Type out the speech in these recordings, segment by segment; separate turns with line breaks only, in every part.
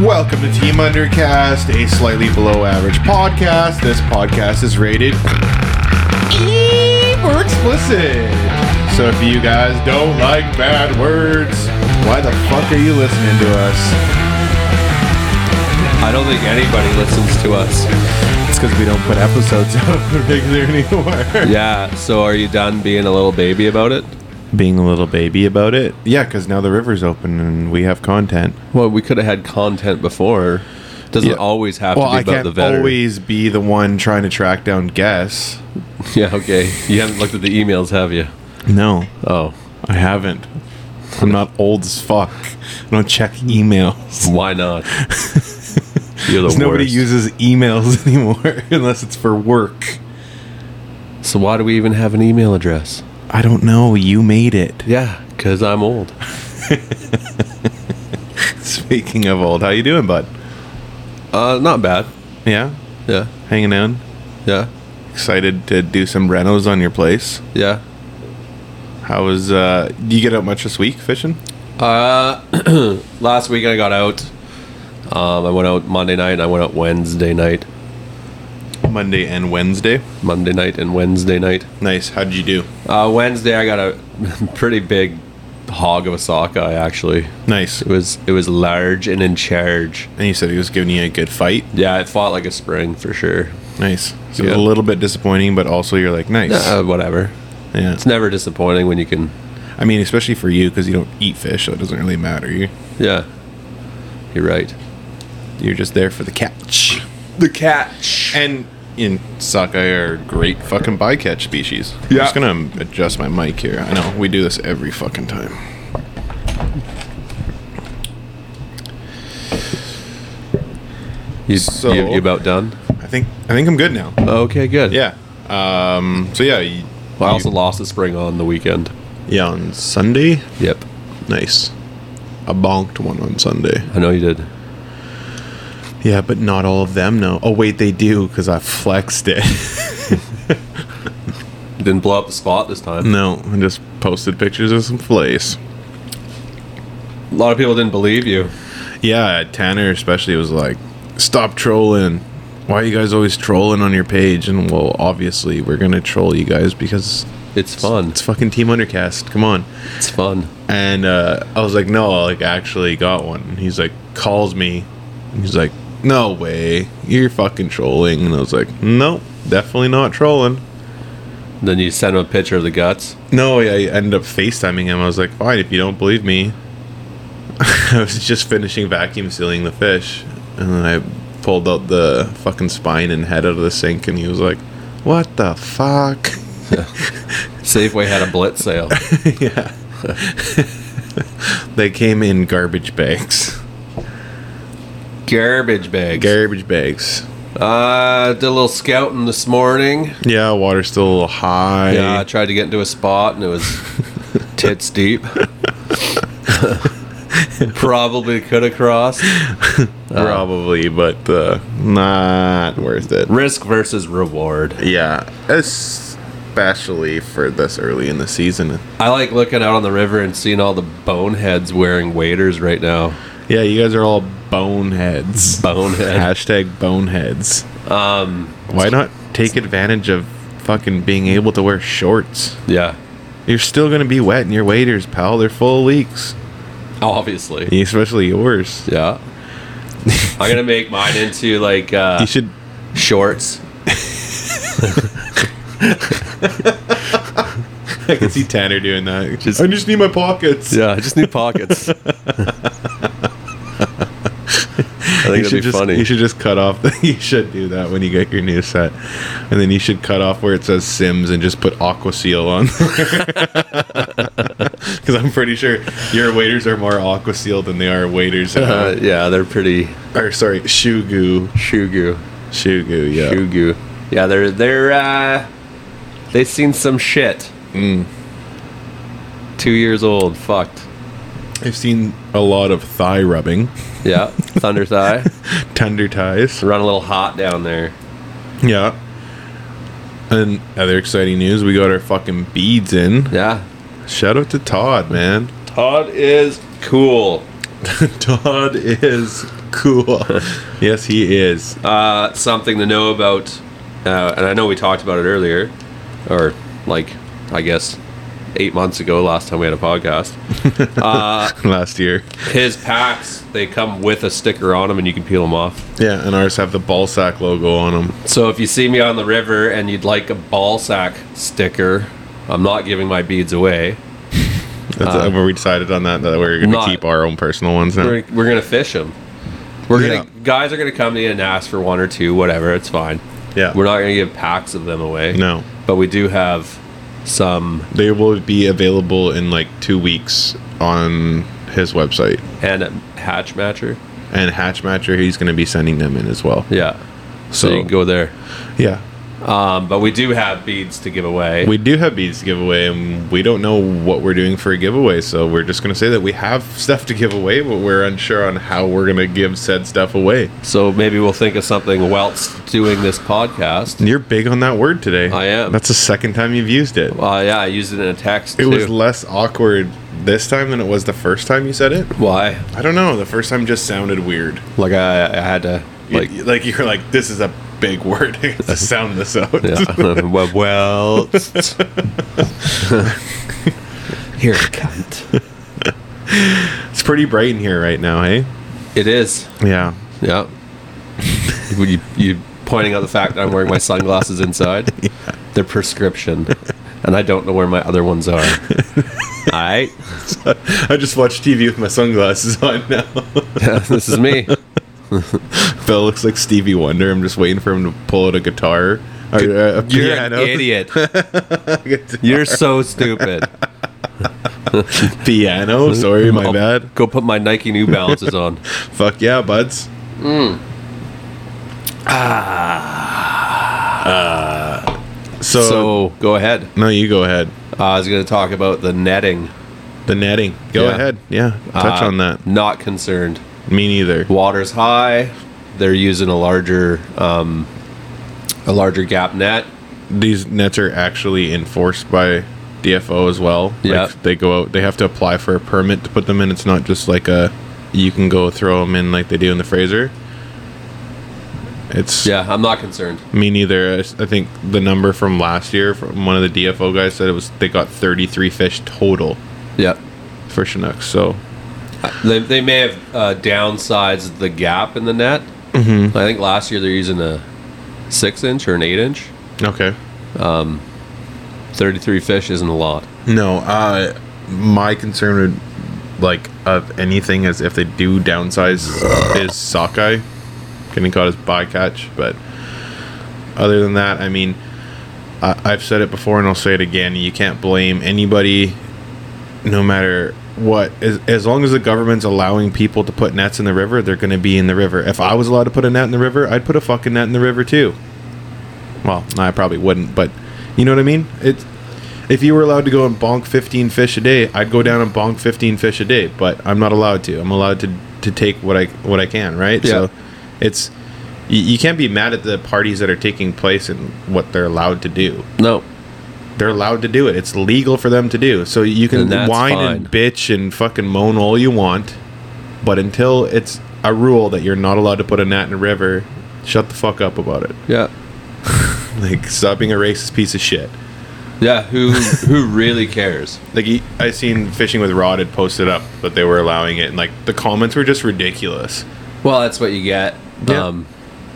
Welcome to Team Undercast, a slightly below average podcast. This podcast is rated E for explicit. So if you guys don't like bad words, why the fuck are you listening to us?
I don't think anybody listens to us.
It's because we don't put episodes out regular anymore.
Yeah, so are you done being a little baby about it?
Being a little baby about it. Yeah, because now the river's open and we have content.
Well, we could have had content before. Doesn't
Yeah.
always have
Well,
to be
I
about
can't
the veteran.
always be the one trying to track down guests.
Yeah, okay. You haven't looked at the emails, have you?
No,
Oh,
I haven't. I'm not old as fuck. I don't check emails.
why not? You're the worst.
Nobody uses emails anymore unless it's for work.
so why do we even have an email address?
I don't know. You made it.
Yeah, because I'm old.
Speaking of old, how you doing, bud?
Uh, not bad.
Yeah,
Yeah,
hanging in.
yeah,
Excited to do some renos on your place.
yeah.
How was? Uh, do you get out much this week fishing?
Uh, last week I got out. Um, I went out Monday night and I went out Wednesday night.
Monday and Wednesday.
Monday night and Wednesday night.
Nice. How did you do?
Uh, Wednesday, I got a pretty big hog of a sockeye. Actually,
Nice.
it was it was large and in charge.
And you said he was giving you a good fight.
Yeah, it fought like a spring for sure.
Nice. So
Yeah.
a little bit disappointing, but also you're like nice.
Uh, whatever.
yeah.
It's never disappointing when you can.
I mean, especially for you because you don't eat fish, so it doesn't really matter. You
Yeah, you're right.
you're just there for the catch.
The catch.
And in sockeye are great fucking bycatch species. I'm
Yeah.
just gonna adjust my mic here. I know we do this every fucking time.
You,
So-
you, you about done?
I think I think I'm good now.
Okay, good.
Yeah. Um. So yeah. You,
Well, I also lost a spring on the weekend.
yeah. On Sunday.
Yep.
Nice. I bonked one on Sunday.
I know you did.
Yeah, but not all of them know. Oh wait, they do because I flexed it.
Didn't blow up the spot this time.
no, I just posted pictures of some flays.
A lot of people didn't believe you.
Yeah, Tanner especially was like, "Stop trolling. Why are you guys always trolling on your page?" And well, obviously we're gonna troll you guys because
It's fun.
it's fucking Team Undercast. Come on.
It's fun.
And uh, I was like, "No, I like actually got one." And he's like, calls me. And he's like, "No way, you're fucking trolling." And I was like, "Nope, definitely not trolling."
Then you sent him a picture of the guts.
No, I I ended up FaceTiming him. I was like, fine, if you don't believe me. I was just finishing vacuum sealing the fish. And then I pulled out the fucking spine and head out of the sink. And he was like, what the fuck?
Safeway had a blitz sale.
yeah. they came in garbage bags.
Garbage bags.
Garbage bags.
uh, did a little scouting this morning.
Yeah, water's still a little high.
Yeah, I tried to get into a spot and it was tits deep. Probably could have crossed.
Probably, but uh, not worth it.
Risk versus reward.
Yeah. Especially for this early in the season.
I like looking out on the river and seeing all the boneheads wearing waders right now.
Yeah, you guys are all boneheads.
Bonehead.
Hashtag boneheads. Um, Why not take advantage of fucking being able to wear shorts?
Yeah,
You're still gonna be wet in your waders, pal. They're full of leaks,
obviously.
especially yours.
Yeah. I'm gonna make mine into like uh,
You should.
shorts.
I can see Tanner doing that.
Just-
I just need my pockets.
Yeah, I just need pockets. I
You
think
should,
it'd be
just,
funny.
you should just cut off. The, you should do that when you get your new set, and then you should cut off where it says Sims and just put Aqua Seal on. Because I'm pretty sure your waiters are more Aqua Seal than they are waiters. at
Uh, yeah, they're pretty
or sorry, Shugu.
shugu,
Shugu, yeah.
shugu. Yeah, they're they're uh, they've seen some shit. Two years old, fucked.
I've seen a lot of thigh rubbing,
Yeah, thunder thigh,
tender ties.
run a little hot down there.
Yeah. And other exciting news, we got our fucking beads in.
Yeah,
Shout out to Todd, man.
Todd is cool.
Todd is cool. yes, he is.
Uh, something to know about, uh, and I know we talked about it earlier, or like, I guess, eight months ago, last time we had a podcast.
Last year.
His packs, they come with a sticker on them and you can peel them off.
Yeah, and ours have the ball sack logo on them.
So if you see me on the river and you'd like a ball sack sticker, I'm not giving my beads away.
That's uh, where we decided on that. That we're going to
not-
keep our own personal ones now.
We're, we're gonna fish them. We're
Yeah.
gonna guys are gonna come to you and ask for one or two, whatever. It's fine.
Yeah.
We're not gonna give packs of them away.
No.
but we do have some,
They will be available in like two weeks on his website.
and a hatch matcher.
And Hatchmatcher, he's going to be sending them in as well.
Yeah,
So-
so, you can go there.
Yeah.
Um, but we do have beads to give away.
We do have beads to give away, and we don't know what we're doing for a giveaway. So we're just going to say that we have stuff to give away, but we're unsure on how we're going to give said stuff away.
so maybe we'll think of something whilst doing this podcast.
You're big on that word today.
I am.
That's the second time you've used it.
Uh, yeah, I used it in a text.
It
too.
was less awkward this time than it was the first time you said it.
why?
I don't know. The first time just sounded weird.
Like I, I had to
Like,
like
you, like you were like, this is a big word. Let's sound this out.
Yeah. well, well. Here, cunt.
it's pretty bright in here right now, hey?
It is.
Yeah.
Yeah. Would you you pointing out the fact that I'm wearing my sunglasses inside? They're prescription, and I don't know where my other ones are. All right,
I just watch TV with my sunglasses on now.
this is me.
Phil looks like Stevie Wonder. I'm just waiting for him to pull out a guitar. Or, uh, a
You're an
piano.
idiot.
Guitar-
You're so stupid.
piano. Sorry, my
I'll
bad.
Go put my Nike New Balances on.
Fuck yeah, buds.
Mm.
Ah. Uh, so,
So go ahead.
no, you go ahead.
Uh, I was going to talk about the netting.
The netting. Go
Yeah.
ahead. Yeah, touch
Uh,
on that.
Not concerned.
Me neither.
water's high. They're using a larger, um, a larger gap net.
These nets are actually enforced by DFO as well.
Yeah.
like, they go out. They have to apply for a permit to put them in. It's not just like a you can go throw them in like they do in the Fraser. It's
Yeah, I'm not concerned.
Me neither. I s- I think the number from last year from one of the DFO guys said it was they got 33 fish total
Yeah,
for Chinooks. So
they, they may have uh, downsized the gap in the net. Mm-hmm. I think last year they're using a six inch or an eight inch.
okay.
Thirty three fish isn't a lot.
No, uh, my concern would like of anything is if they do downsize is sockeye, getting caught as bycatch. But other than that, I mean, I, I've said it before and I'll say it again. You can't blame anybody, no matter what. As, as long as the government's allowing people to put nets in the river, they're going to be in the river. If I was allowed to put a net in the river, I'd put a fucking net in the river too. Well, I probably wouldn't, but you know what I mean. It's if you were allowed to go and bonk 15 fish a day, I'd go down and bonk 15 fish a day, but I'm not allowed to. I'm allowed to to take what I what I can, right?
Yeah.
So it's you, you can't be mad at the parties that are taking place and what they're allowed to do.
No,
They're allowed to do it. It's legal for them to do. So you can
And that's
whine and
fine.
bitch and fucking moan all you want, but until it's a rule that you're not allowed to put a gnat in a river, shut the fuck up about it.
yeah,
Like stop being a racist piece of shit.
yeah. Who who really cares?
Like he- I seen fishing with rod had posted up that they were allowing it, and like the comments were just ridiculous.
Well, that's what you get.
Yeah.
Um,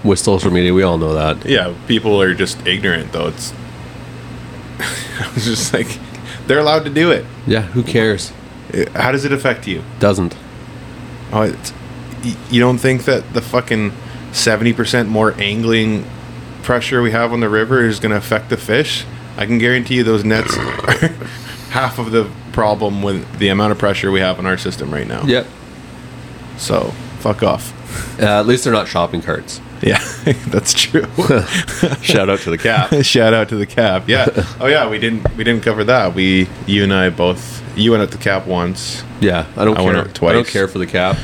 with social media, we all know that.
Yeah, people are just ignorant though. It's I was just like, they're allowed to do it.
Yeah, who cares?
Uh, How does it affect you?
Doesn't.
Oh, it's, y- you don't think that the fucking seventy percent more angling pressure we have on the river is going to affect the fish? I can guarantee you those nets are half of the problem with the amount of pressure we have in our system right now.
Yep.
So fuck off.
Uh, at least they're not shopping carts.
Yeah, that's true.
Shout out to the cap.
Shout out to the cap. Yeah. Oh yeah, we didn't we didn't cover that. We you and I both you went out the cap once.
Yeah, I don't
I
care.
went out
I don't
twice.
care for the cap.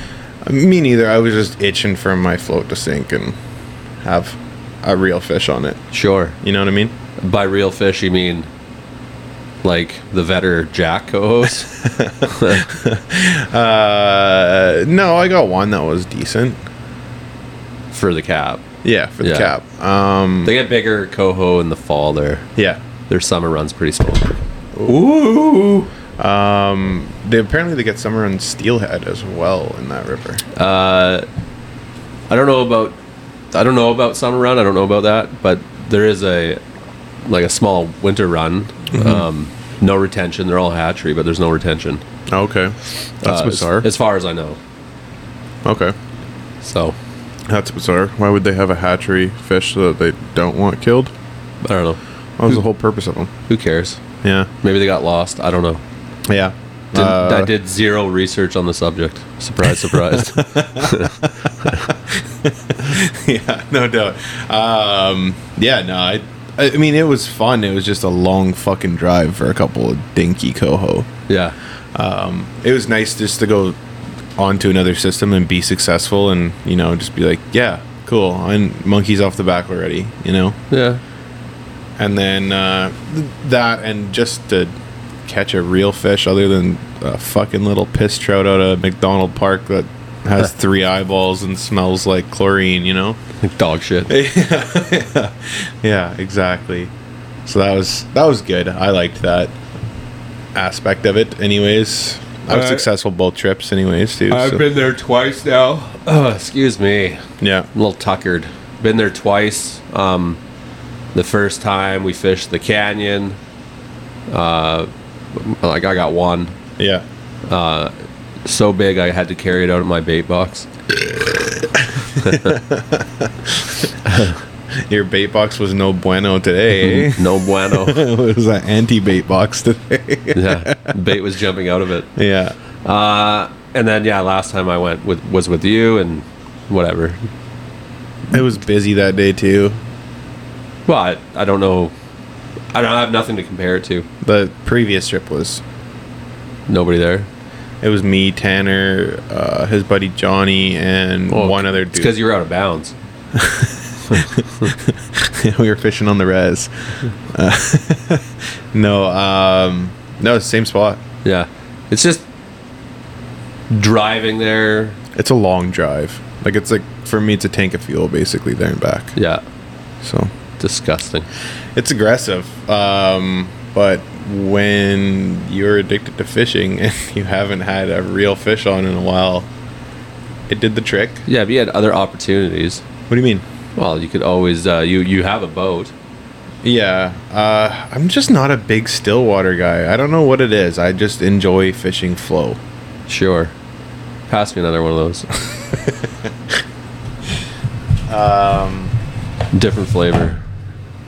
Me neither. I was just itching for my float to sink and have a real fish on it.
Sure.
You know what I mean?
By real fish, you mean like the vetter Jack co-host?
Uh no, I got one that was decent.
for the cap.
Yeah, for the
Yeah.
cap. Um,
They get bigger at coho in the fall. Their
yeah.
their summer runs pretty small.
Ooh. Um, they apparently they get summer in steelhead as well in that river.
Uh, I don't know about I don't know about summer run. I don't know about that, but there is a like a small winter run.
Mm-hmm.
Um, no retention. They're all hatchery, but there's no retention.
Okay, that's
Uh, as-
bizarre.
As, far as I know.
okay,
So
that's bizarre. Why would they have a hatchery fish that they don't want killed?
I don't know.
That was the whole purpose of them.
Who cares?
Yeah,
Maybe they got lost. I don't know.
yeah.
Didn't,
Uh,
I did zero research on the subject. Surprise, surprise.
yeah, no doubt. Um, yeah, no, I, I mean, it was fun. It was just a long fucking drive for a couple of dinky coho.
yeah.
Um, it was nice just to go onto another system and be successful and, you know, just be like, yeah, cool. And monkey's off the back already, you know?
Yeah.
And then uh, th- that and just to catch a real fish other than a fucking little piss trout out of McDonald Park that has three eyeballs and smells like chlorine, you know?
Like dog shit.
yeah, yeah, exactly. So that was that was good. I liked that aspect of it. Anyways, I was
Uh,
successful both trips. Anyways, too. so-
been there twice now. Oh, excuse me.
yeah,
I'm a little tuckered. Been there twice. Um, the first time we fished the canyon. Uh, like I got one
yeah.
so big I had to carry it out of my bait box.
Your bait box was no bueno today. eh?
Mm, No bueno.
it was an anti bait box today.
yeah, bait was jumping out of it.
yeah,
Uh, and then yeah, last time I went with was with you and whatever.
it was busy that day too.
Well, I, I don't know. I don't I have nothing to compare it to.
The previous trip was
Nobody there.
it was me, Tanner, uh, his buddy Johnny, and
Well,
one other
It's because
dude.
you were out of bounds.
we were fishing on the res. Uh, no, um, no, it's the same spot.
Yeah, it's just driving there.
It's a long drive. Like it's like for me, it's a tank of fuel basically there and back.
Yeah,
So
disgusting.
it's aggressive. Um, but when you're addicted to fishing and you haven't had a real fish on in a while, it did the trick.
Yeah, if you had other opportunities,
What do you mean?
well, you could always uh, you you have a boat.
Yeah, uh, I'm just not a big stillwater guy. I don't know what it is. I just enjoy fishing flow.
Sure, pass me another one of those.
Um,
Different flavor.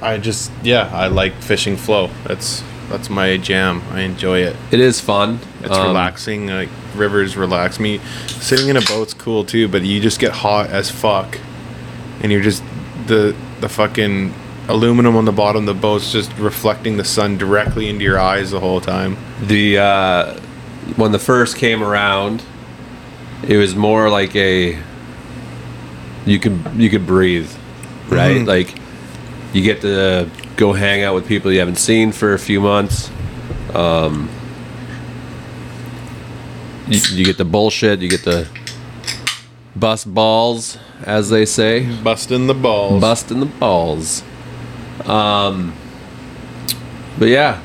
I just yeah, I like fishing flow. That's that's my jam. I enjoy it.
It is fun.
It's
Um,
relaxing. Like rivers relax me. Sitting in a boat's cool too, but you just get hot as fuck, and you're just the the fucking aluminum on the bottom of the boat's just reflecting the sun directly into your eyes the whole time.
the uh, when the first came around, it was more like a you could you could breathe, right?
Mhm.
Like you get to go hang out with people you haven't seen for a few months. Um, you, you get the bullshit. You get the bust balls, as they say.
Busting the balls.
Busting the balls. Um, but yeah,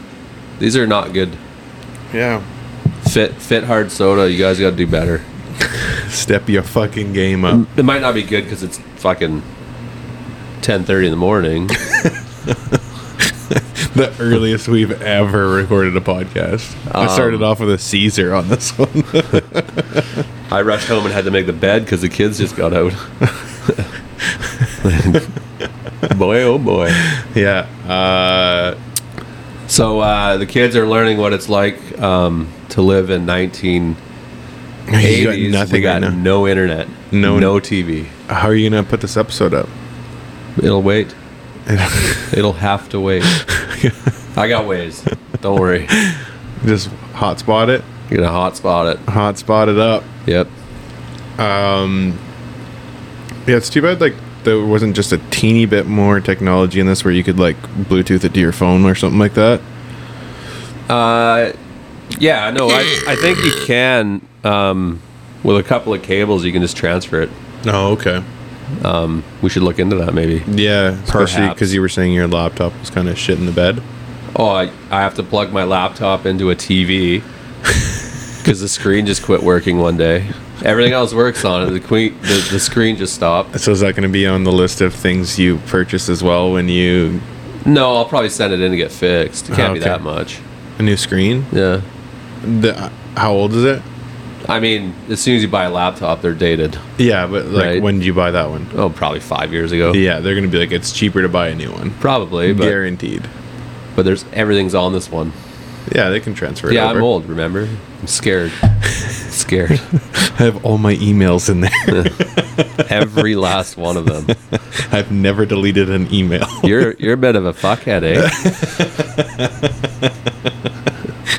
these are not good.
yeah.
Fit fit hard soda. You guys got to do better.
Step your fucking game up.
It might not be good because it's fucking ten thirty in the morning.
the earliest we've ever recorded a podcast. I started off with a Caesar on this one.
I rushed home and had to make the bed because the kids just got out. boy, oh boy!
yeah. Uh,
So uh, the kids are learning what it's like um, to live in nineteen
you got
eighties.
nothing
We got
right now.
no internet,
No-
no TV.
How are you gonna put this episode up?
It'll wait. It'll have to wait. I got ways. Don't worry.
Just hotspot it,
You're gonna hotspot it.
hotspot it up.
Yep.
Yeah, it's too bad. Like there wasn't just a teeny bit more technology in this where you could like Bluetooth it to your phone or something like that.
Uh, yeah, no, I, I think you can. Um, with a couple of cables, you can just transfer it.
Oh, okay.
Um, we should look into that maybe.
Yeah, especially
Perhaps.
because you were saying your laptop was kind of shit in the bed.
Oh, I, I have to plug my laptop into a TV because the screen just quit working one day. Everything else works on it. The, queen, the, the screen just stopped.
So is that going to be on the list of things you purchase as well when you
No, I'll probably send it in to get fixed. It can't be
Okay.
that much.
a new screen?
Yeah.
The, uh, how old is it?
I mean, as soon as you buy a laptop, they're dated.
Yeah, but like
Right.
when did you buy that one?
Oh, probably five years ago.
Yeah, they're going to be like it's cheaper to buy a new one.
Probably, but
Guaranteed.
but there's everything's on this one.
Yeah, they can transfer.
yeah,
it over.
I'm old. Remember, I'm scared. scared.
I have all my emails in there.
Every last one of them.
I've never deleted an email.
You're you're a bit of a fuckhead, eh?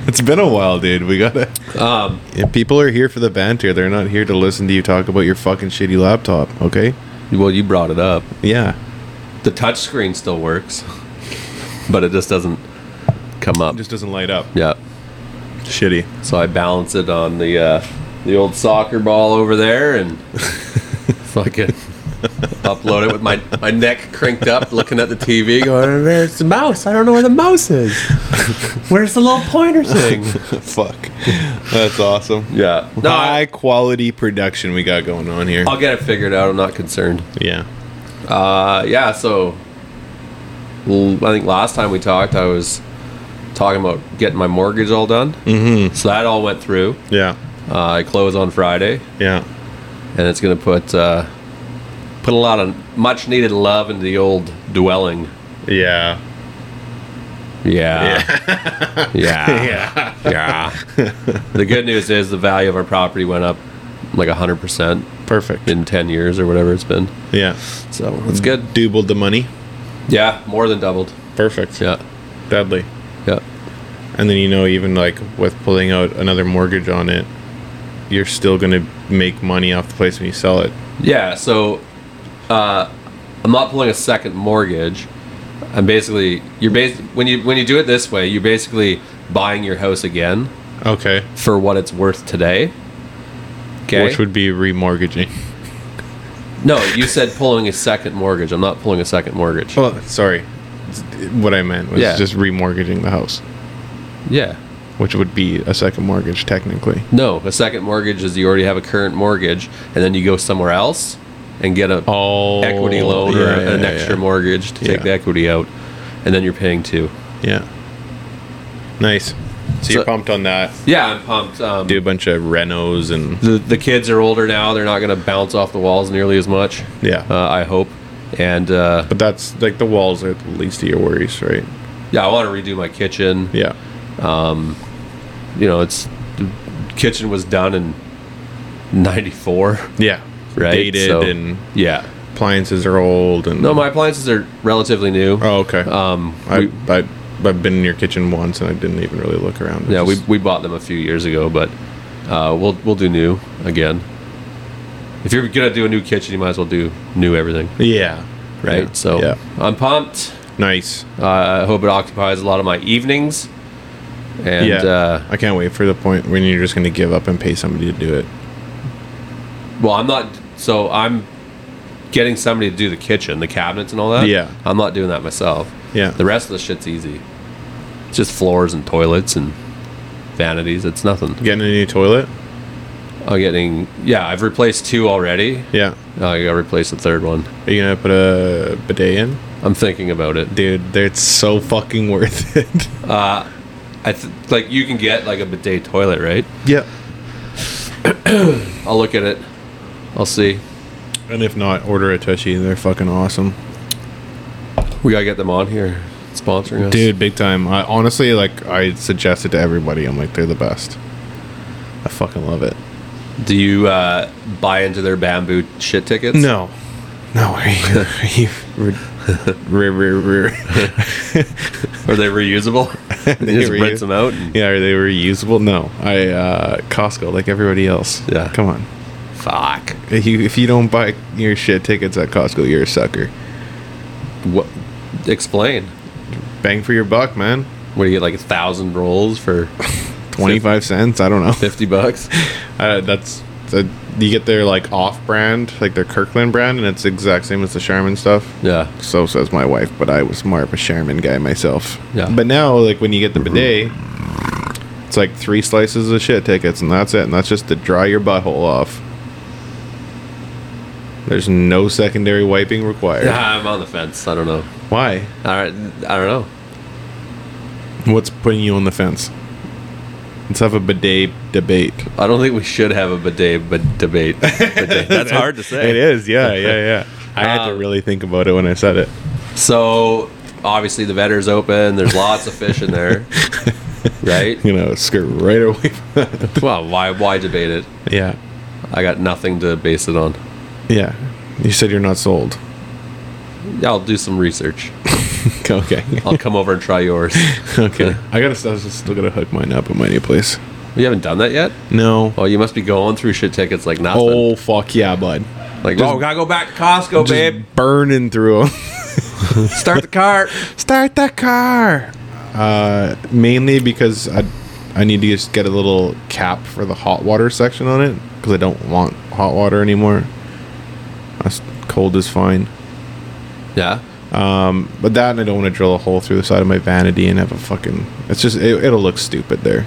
it's been a while, dude. We gotta.
Um,
If people are here for the banter. They're not here to listen to you talk about your fucking shitty laptop. Okay.
well, you brought it up.
Yeah.
The touch screen still works, but it just doesn't come up.
It just doesn't light up.
yeah.
Shitty.
So I balance it on the uh, the old soccer ball over there and fucking upload it with my, my neck cranked up, looking at the TV, going, "Where's the mouse? I don't know where the mouse is. Where's the little pointer thing?"
Fuck. That's awesome.
Yeah. No,
High
I,
quality production we got going on here.
I'll get it figured out. I'm not concerned.
Yeah.
Uh, yeah. So l- I think last time we talked, I was talking about getting my mortgage all done. Mm-hmm. So that all went through.
Yeah.
Uh, I close on Friday.
Yeah.
and it's going to put uh, put a lot of much needed love into the old dwelling.
Yeah.
Yeah, yeah, yeah.
Yeah.
the good news is the value of our property went up like hundred percent
Perfect.
in ten years or whatever it's been.
Yeah.
So it's good.
Doubled the money.
Yeah, more than doubled.
Perfect.
Yeah,
Deadly.
yeah.
And then you know, even like with pulling out another mortgage on it, you're still gonna make money off the place when you sell it.
Yeah, so uh, I'm not pulling a second mortgage. I'm basically you're bas- when you when you do it this way, you're basically buying your house again
Okay.
for what it's worth today. Okay.
Which would be remortgaging.
No, you said pulling a second mortgage. I'm not pulling a second mortgage.
Well, sorry. What I meant was
Yeah.
just remortgaging the house,
Yeah.
which would be a second mortgage technically.
No, a second mortgage is you already have a current mortgage, and then you go somewhere else and get a
Oh,
equity loan or an extra mortgage to take
Yeah.
the equity out, and then you're paying two.
Yeah. Nice. So, you're
So-
pumped on that.
Yeah, I'm pumped. Um,
Do a bunch of renos and
The the kids are older now; they're not going to bounce off the walls nearly as much.
yeah.
Uh, I hope. And uh,
but that's like the walls are the least of your worries, right?
yeah, I want to redo my kitchen.
Yeah.
You know, it's the kitchen was done in '94,
Yeah.
right?
Dated
So-
and
yeah.
appliances are old and
No, my appliances are relatively new.
Oh, okay.
Um,
I,
we-
I I've been in your kitchen once and I didn't even really look around. I
yeah, we,
just-
we bought them a few years ago, but uh, we'll we'll do new again. If you're gonna do a new kitchen, you might as well do new everything,
yeah.
right?
Yeah.
So
yeah.
I'm pumped.
Nice.
Uh, I hope it occupies a lot of my evenings. And
yeah.
uh,
I can't wait for the point when you're just going to give up and pay somebody to do it.
well, I'm not. So I'm getting somebody to do the kitchen, the cabinets, and all that.
Yeah.
I'm not doing that myself.
Yeah.
The rest of the shit's easy. It's just floors and toilets and vanities. It's nothing.
Getting a new toilet?
I'm getting yeah. I've replaced two already.
Yeah.
Uh, I gotta replace the third one.
Are you going to put a bidet in?
I'm thinking about it.
Dude, it's so fucking worth it.
I th- like you can get like a bidet toilet, right?
yeah.
I'll look at it. I'll see.
And if not, order a Tushy. They're fucking awesome.
We gotta get them on here sponsoring us,
Dude, big time. I honestly like I suggest it to everybody. I'm like they're the best. I fucking love it.
Do you uh, buy into their bamboo shit tickets?
No. No, are you, are you re, re, re, re-
Are they reusable?
They
you just
were
rinse
used-
them out. and-
Yeah, are they reusable? No. I uh Costco like everybody else.
Yeah.
Come on.
Fuck.
If you if you don't buy your shit tickets at Costco, you're a sucker.
What? Explain.
Bang for your buck, man.
What do you get? Like a thousand rolls for
25 cents, I don't know.
fifty bucks?
Uh, that's uh, you get their like off-brand, like their Kirkland brand, and it's the exact same as the Charmin stuff.
Yeah.
So says my wife, but I was more of a Charmin guy myself. Mm-hmm.
Yeah.
But now, like when you get the bidet, it's like three slices of shit tickets, and that's it. And that's just to dry your butthole off. There's no secondary wiping required.
Yeah, I'm on the fence. I don't know.
Why?
All right, I don't know.
What's putting you on the fence? Let's have a bidet debate.
I don't think we should have a bidet, but debate. Bidet. That's hard to say.
It is, yeah, yeah, yeah. I had to
Um,
really think about it when I said it.
So obviously the vetter's open. There's lots of fish in there, right?
You know, skirt right away from that.
Well, why why debate it?
Yeah,
I got nothing to base it on.
yeah. You said you're not sold.
I'll do some research.
okay,
I'll come over and try yours.
okay. I gotta. I was just still gonna hook mine up at my new place.
You haven't done that yet.
No.
Well, you must be going through shit tickets like nothing.
Oh fuck yeah, bud.
like
just-
oh, gotta go back to Costco,
Just
babe.
burning through 'em.
Start the cart.
Start the car. Uh, mainly because I, I need to just get a little cap for the hot water section on it because I don't want hot water anymore. That's cold is fine.
Yeah.
Um, but that and I don't want to drill a hole through the side of my vanity and have a fucking. It's just it, it'll look stupid there.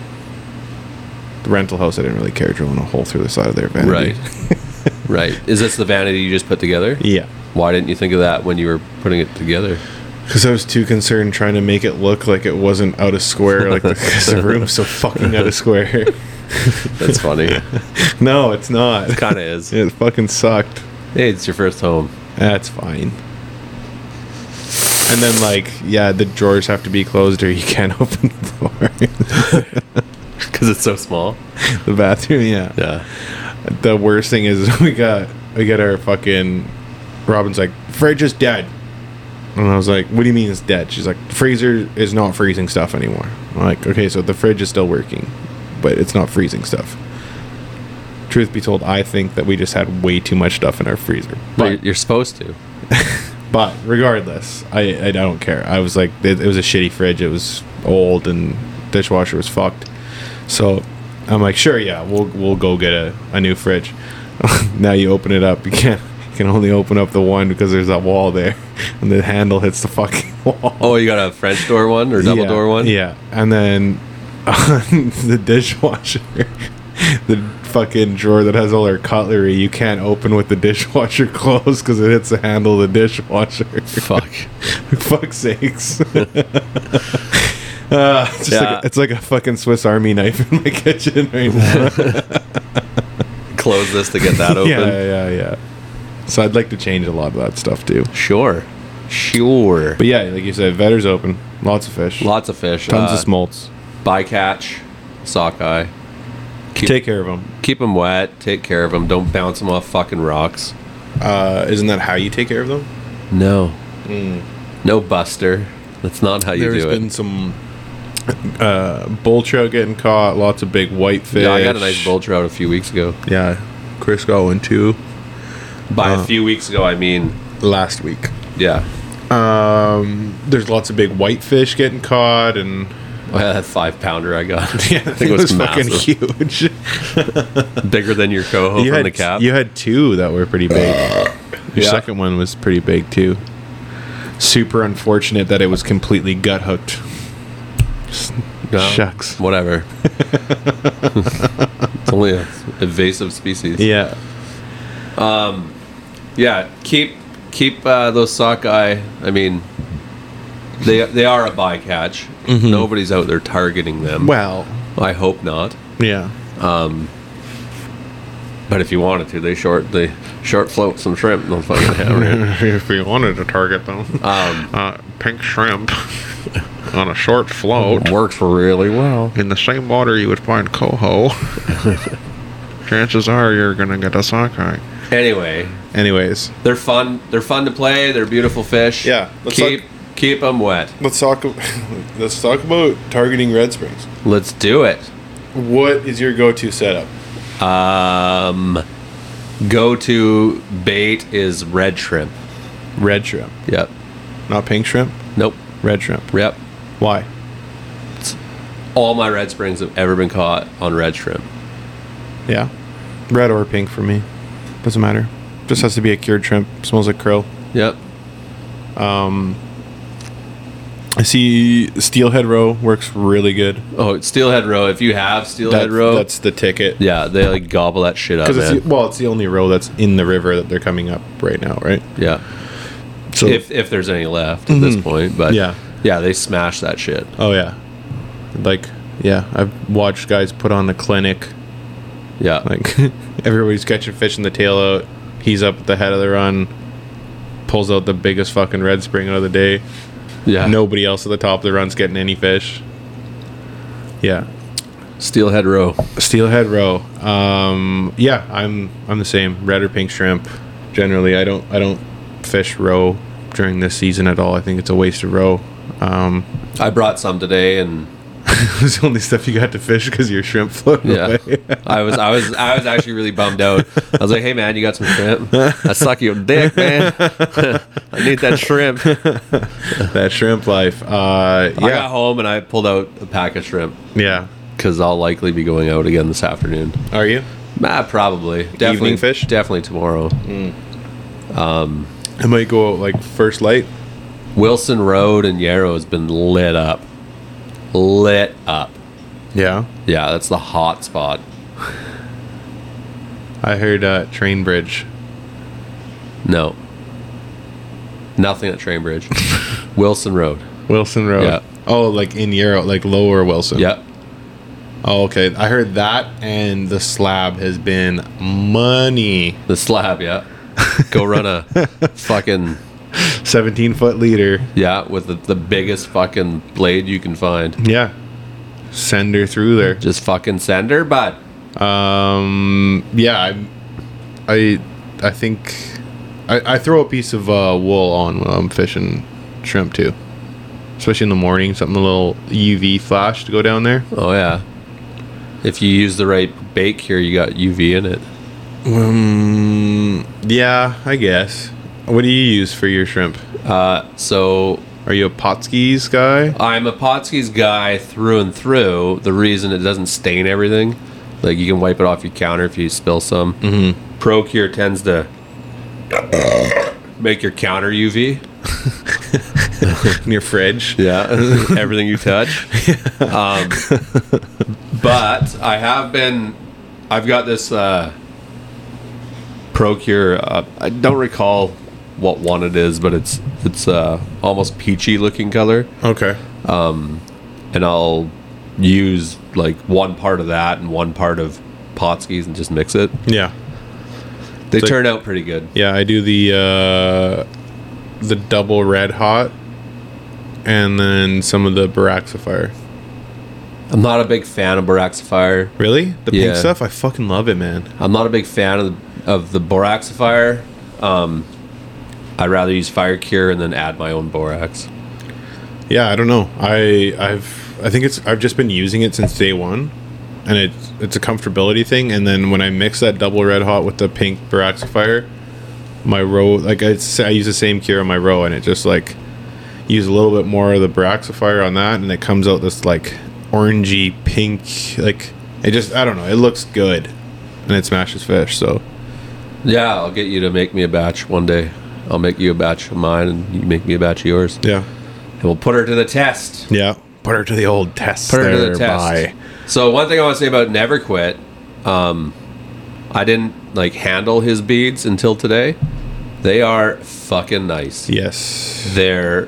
The rental house, I didn't really care drilling a hole through the side of their vanity.
Right. right. Is this the vanity you just put together?
Yeah.
Why didn't you think of that when you were putting it together?
Because I was too concerned trying to make it look like it wasn't out of square, like the, 'cause the room's so fucking out of square.
That's funny.
no, it's not.
kind of is.
It fucking sucked.
Hey, it's your first home.
That's fine. And then, like, yeah, the drawers have to be closed or you can't open the
Because it's so small.
door. the bathroom, yeah.
Yeah.
The worst thing is we got we got our fucking. Robin's like, fridge is dead. And I was like, what do you mean it's dead? She's like, freezer is not freezing stuff anymore. I'm like, okay, so the fridge is still working, but it's not freezing stuff. Truth be told, I think that we just had way too much stuff in our freezer.
But you're- you're supposed to.
But regardless, I, I don't care. I was like, it, it was a shitty fridge. It was old and dishwasher was fucked. So I'm like, sure, yeah, we'll we'll go get a, a new fridge. now you open it up, you can't you can only open up the one because there's that wall there, and the handle hits the fucking wall.
Oh, you got a French door one or double
Yeah,
door one?
Yeah, and then on the dishwasher, the fucking drawer that has all our cutlery, you can't open with the dishwasher closed because it hits the handle of the dishwasher.
Fuck.
Fuck's sakes. Uh, it's, just
Yeah.
like a, it's like a fucking Swiss Army knife in my kitchen right now.
Close this to get that open.
yeah, yeah, yeah. So I'd like to change a lot of that stuff too.
Sure. Sure.
But yeah, like you said, Vetter's open, lots of fish,
Lots of fish.
tons
uh,
of smolts.
Bycatch, sockeye. Keep,
Take care of them.
keep them wet. Take care of them. Don't bounce them off fucking rocks.
Uh, isn't that how you take care of them?
No.
Mm.
No buster. That's not how you
There's
do
been
it.
some uh, bull trout getting caught, lots of big white fish.
Yeah, I got a nice bull trout a few weeks ago.
Yeah, Chris got one too
By a few weeks ago, I mean,
last week.
yeah,
Um, there's lots of big white fish getting caught, and
Well, that five pounder I got.
yeah,
I think it was, massive.
fucking huge.
bigger than your coho
you
from
had
the cap.
you had two that were pretty big. Your
Yeah.
second one was pretty big too. Super unfortunate that it was completely gut hooked.
No,
Shucks.
Whatever. it's only a invasive species. Yeah,
Yeah,
keep keep uh, those sockeye. I mean, they they are a bycatch. Nobody's out there targeting them.
well,
I hope not.
yeah,
But if you wanted to, they short they short float some shrimp. They'll fucking hammer it.
if we wanted to target them.
Um,
uh, pink shrimp on a short float
works really well.
in the same water you would find coho. Chances are you're gonna get a sockeye.
Anyway,
Anyways,
they're fun. They're fun to play. They're beautiful fish.
Yeah, let's
keep keep them wet.
let's talk. Let's talk about targeting Red Springs.
Let's do it.
What is your go-to setup?
Um, go to bait is red shrimp.
Red shrimp,
Yep.
not pink shrimp.
Nope.
Red shrimp.
Yep.
Why?
All my red springs have ever been caught on red shrimp.
Yeah. Red or pink for me. Doesn't matter. Just has to be a cured shrimp. Smells like krill.
Yep.
I see Steelhead Row works really good.
Oh, it's Steelhead Row. If you have Steelhead Row,
That's the ticket.
yeah, they like gobble that shit up,
Because it's
man.
the, well, it's the only row that's in the river that they're coming up right now, right?
yeah.
So Mm-hmm.
if if there's any left at this point, but
Yeah.
yeah, they smash that shit.
oh yeah, like yeah, I've watched guys put on a clinic.
Yeah,
Like everybody's catching fish in the tail out. He's up at the head of the run, pulls out the biggest fucking red spring of the day.
yeah.
Nobody else at the top of the run's getting any fish. Yeah,
Steelhead Row.
Steelhead Row. Um, yeah, I'm I'm the same. Red or pink shrimp. Generally, I don't I don't fish row during this season at all. I think it's a waste of row. Um,
I brought some today, and
it was the only stuff you got to fish because your shrimp floated
yeah,
away.
I was I was I was actually really bummed out. I was like, hey man, you got some shrimp? I suck your dick, man. I need that shrimp.
that shrimp life. Uh,
I got
yeah,
home and I pulled out a pack of shrimp
yeah.
because I'll likely be going out again this afternoon.
Are you?
Nah, probably definitely
fish?
Definitely tomorrow.
I might go out like first light.
Wilson Road and Yarrow has been lit up, lit up.
Yeah,
Yeah, that's the hot spot.
I heard uh, Train Bridge.
No, nothing at Trainbridge. Wilson Road.
Wilson Road.
Yeah.
Oh, like in Euro, like lower Wilson.
Yep.
Oh, okay. I heard that, and the slab has been money.
The slab, yeah. Go run a fucking
17 foot leader.
yeah with the, the biggest fucking blade you can find.
Yeah. Send her through there.
Just fucking send her, bud.
Um, yeah, I, I, I think I, I throw a piece of uh, wool on when I'm fishing shrimp too, especially in the morning. Something a little UV flash to go down there.
Oh yeah. If you use the right bake here, you got UV in it.
Um, yeah, I guess. What do you use for your shrimp?
Uh, so
Are you a Potskis guy?
I'm a Potskis guy through and through. The reason it doesn't stain everything, like you can wipe it off your counter if you spill some. Mm-hmm. Procure tends to make your counter UV.
In your fridge?
Yeah, everything you touch. Um, but I have been, I've got this uh, Procure. Uh, I don't recall what one it is, but it's it's uh, almost peachy looking color,
Okay.
and I'll use like one part of that and one part of Potskis and just mix it.
Yeah.
They
So-
turn out pretty good.
Yeah, I do the uh, the double red hot, and then some of the Baraxifier.
I'm not a big fan of Baraxifier.
Really, the
Yeah.
pink stuff? I fucking love it, man.
I'm not a big fan of the, of the boraxifier. Um, I'd rather use fire cure and then add my own borax.
Yeah, I don't know. I I've I think it's I've just been using it since day one, and it's it's a comfortability thing. And then when I mix that double red hot with the pink Baraxifier, my row like I, s- I use the same cure on my row, and it just like use a little bit more of the Baraxifier on that, and it comes out this like orangey pink like it just I don't know. It looks good, and it smashes fish. So
Yeah, I'll get you to make me a batch one day. I'll make you a batch of mine and you make me a batch of yours.
yeah,
And we'll put her to the test.
yeah. Put her to the old test.
Put her to the
thereby.
test. So one thing I want to say about Never Quit, um, I didn't like handle his beads until today. They are fucking nice.
Yes.
They're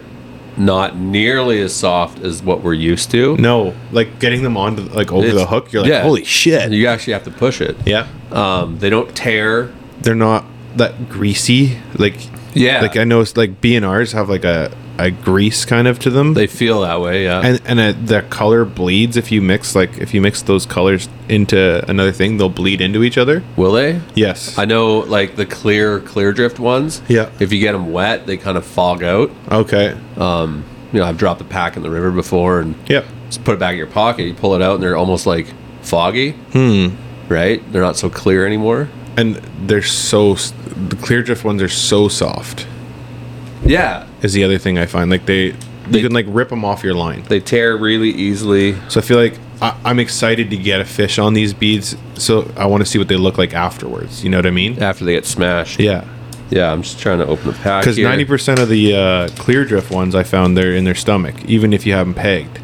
not nearly as soft as what we're used to.
No, like getting them onto like over
It's-
the hook, you're like,
yeah.
holy shit.
And you actually have to push it.
yeah,
Um, they don't tear.
they're not that greasy. Like,
Yeah.
like I know it's like B and R's have like a a grease kind of to them,
They feel that way. Yeah.
and and uh the color bleeds if you mix like if you mix those colors into another thing, they'll bleed into each other.
Will they?
Yes.
I know, like the clear clear drift ones.
Yeah.
If you get them wet, they kind of fog out.
okay.
You know, I've dropped the pack in the river before and
yep.
just put it back in your pocket. You pull it out, and they're almost like foggy. Hmm. Right? They're not so clear anymore.
And they're so s- the clear drift ones are so soft.
Yeah.
Is the other thing I find like they,
They-
you can like rip them off your line.
They tear really easily.
So I feel like I, I'm excited to get a fish on these beads, so I want to see what they look like afterwards. You know what I mean?
after they get smashed.
Yeah.
Yeah, I'm just trying to open the pack
Because
here.
ninety percent of the uh, clear drift ones I found they're in their stomach, even if you haven't pegged,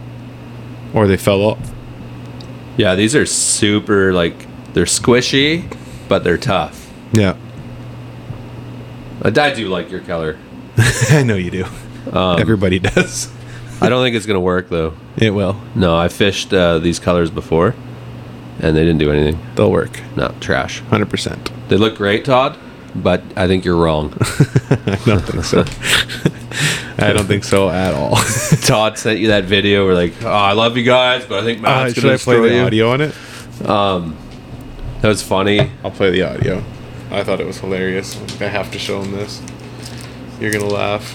or they fell off.
Yeah, these are super like they're squishy, but they're tough.
Yeah,
I I do like your color.
I know you do. Everybody does.
I don't think it's gonna work though.
Um. It will.
No, I fished uh, these colors before, and they didn't do anything.
They'll work.
No, trash.
Hundred percent.
They look great, Todd, but I think you're wrong.
I don't think so. I don't think so at all.
Todd sent you that video. We're like, oh, I love you guys, but I think
Uh,
Matt's
should
gonna
I play
destroy
the
you.
audio on it?
That was funny.
I'll play the audio. I thought it was hilarious. I have to show him this. You're gonna laugh.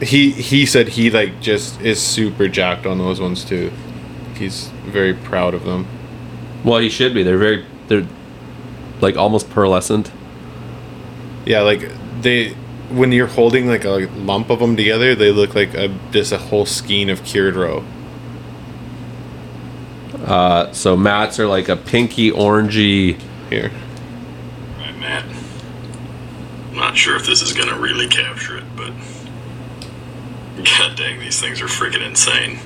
He he said he like just is super jacked on those ones too. He's very proud of them.
Well, you should be. They're very they're like almost pearlescent.
Yeah, like they when you're holding like a lump of them together, they look like a just a whole skein of cured row.
Uh, so mats are like a pinky orangey.
Here,
Right, Matt. Not sure if this is gonna really capture it, but god dang, these things are freaking insane.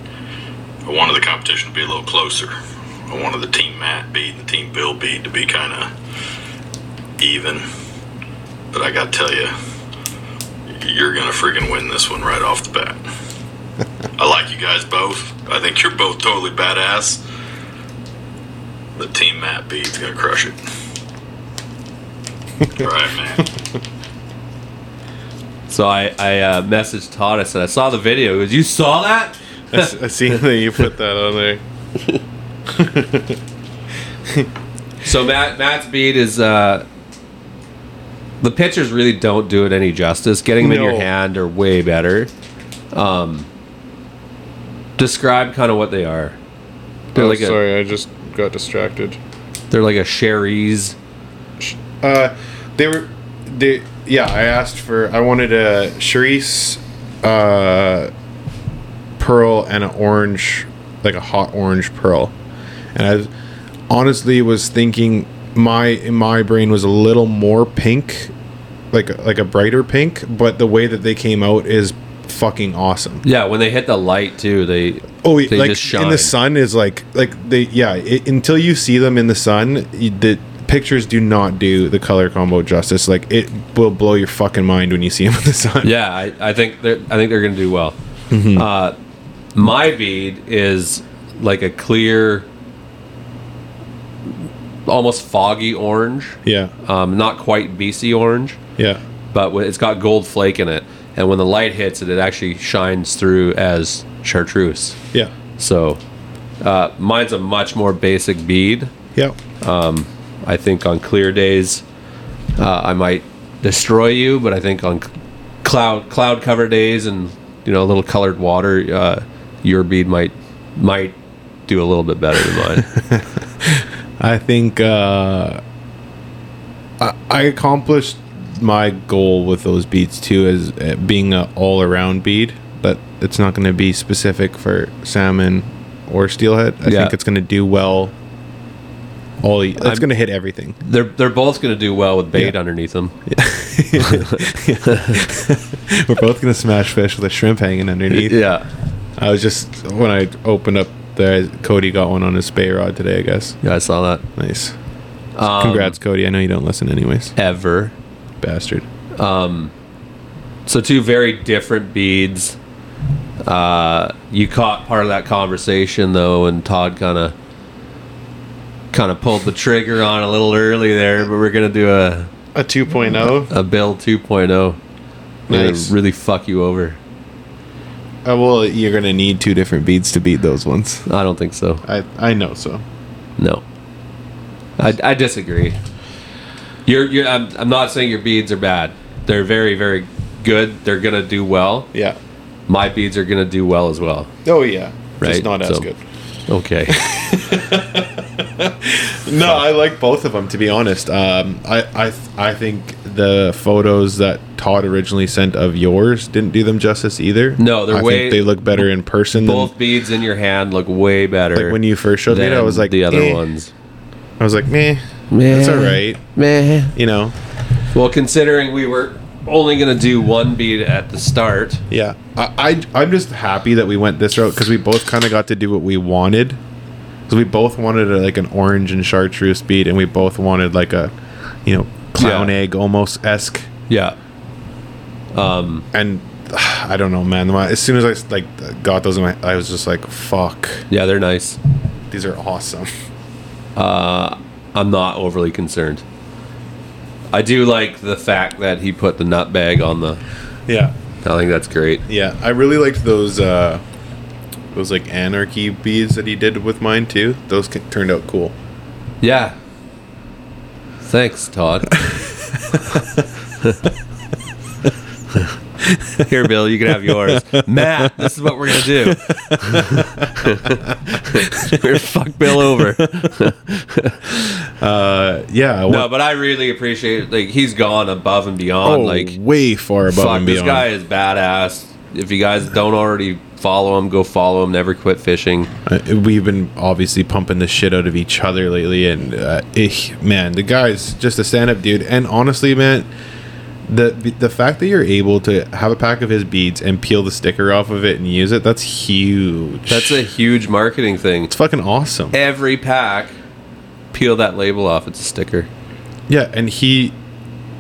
I wanted the competition to be a little closer. I wanted the team Matt beat and the team Bill beat to be kind of even. But I gotta tell you, you're gonna freaking win this one right off the bat. I like you guys both. I think you're both totally badass. The team Matt beat's gonna crush it. Right, man.
So I I uh, messaged Todd. I said I saw the video. He goes, you saw that?
I, s- I seen that you put that on there.
So Matt Matt's bead is uh, the pitchers really don't do it any justice. Getting them in
No.
your hand are way better. Um, describe kind of what they are. They're
Oh,
like a
sorry, I just got distracted.
they're like a sherry's.
Uh, they were, they yeah. I asked for. I wanted a Charisse, uh, pearl and an orange, like a hot orange pearl, and I honestly was thinking my my brain was a little more pink, like like a brighter pink. But the way that they came out is fucking awesome.
Yeah, when they hit the light too, they
Oh,
they
like
just shine.
in the sun is like like they yeah. i until you see them in the sun, you, the pictures do not do the color combo justice. Like it will blow your fucking mind when you see them in the sun.
Yeah, I, I think they're I think they're gonna do well.
Mm-hmm.
Uh, my bead is like a clear, almost foggy orange.
yeah,
Um, not quite BC orange,
yeah.
but wh- it's got gold flake in it. And when the light hits it, it actually shines through as chartreuse.
yeah.
So uh, mine's a much more basic bead.
yeah.
I think on clear days, uh, I might destroy you, but I think on c- cloud cloud cover days and you know a little colored water, uh, your bead might might do a little bit better than mine.
I think uh, I, I accomplished my goal with those beads too, as uh, being a all around bead. But it's not going to be specific for salmon or steelhead. I
Yeah.
think it's going to do well. All
I'm-
it's going to hit everything.
they're they're both going to do well with bait
Yeah.
underneath them.
We're both gonna smash fish with a shrimp hanging underneath.
Yeah,
I was just when I opened up there, Cody got one on his bay rod today. I guess.
yeah, I saw that.
Nice. Congrats, Cody. I know you don't listen, anyways.
Ever.
Bastard.
So two very different beads. Uh, you caught part of that conversation though, and Todd kind of kind of pulled the trigger on a little early there, but we're gonna do a
A oh? 2.0.
a Bill 2.0. It'll
Nice.
oh Really fuck you over.
Uh, well, you're gonna need two different beads to beat those ones.
I don't think so.
I I know so.
No. I, I disagree. You're, you're, I'm, I'm not saying your beads are bad. They're very, very good. They're going to do well.
Yeah.
My beads are going to do well as well.
Oh yeah.
Right, so- Okay.
No, I like both of them to be honest. Um, I I th- I think the photos that Todd originally sent of yours didn't do them justice either.
No, they're
I
way-
think they look better in person. Than,
Both beads in your hand look way better.
like when you first showed me, it, I
than
was like
the other
eh.
ones.
I was like, meh,
Meh.
that's all right.
Meh.
You know,
Well, considering we were only gonna do one bead at the start,
yeah. I, I I'm just happy that we went this route because we both kind of got to do what we wanted. Because we both wanted a, like an orange and chartreuse bead, and we both wanted like a, you know, clown
Yeah.
egg almost esque
yeah,
and ugh, I don't know, man. My- As soon as I like got those, in my, I was just like, "Fuck,
yeah, they're nice.
these are awesome."
I'm not overly concerned. I do like the fact that he put the nut bag on the.
Yeah,
I think that's great.
yeah. I really liked those uh those like anarchy beads that he did with mine too. Those ca- turned out cool.
Yeah. Thanks, Todd. Here, Bill, you can have yours. Matt, this is what we're gonna do. we're gonna fuck Bill over.
Uh, yeah. I
No,
want-
but I really appreciate like he's gone above and beyond.
oh,
like
way far above
fuck,
and
this
beyond.
guy is badass. If you guys don't already follow him, go follow him. Never quit fishing.
Uh, we've been obviously pumping the shit out of each other lately, and uh, ich, man, the guy's just a stand-up dude. And honestly, man, the the fact that you're able to have a pack of his beads and peel the sticker off of it and use it, that's huge.
That's a huge marketing thing.
it's fucking awesome.
Every pack, peel that label off. It's a sticker.
Yeah, and he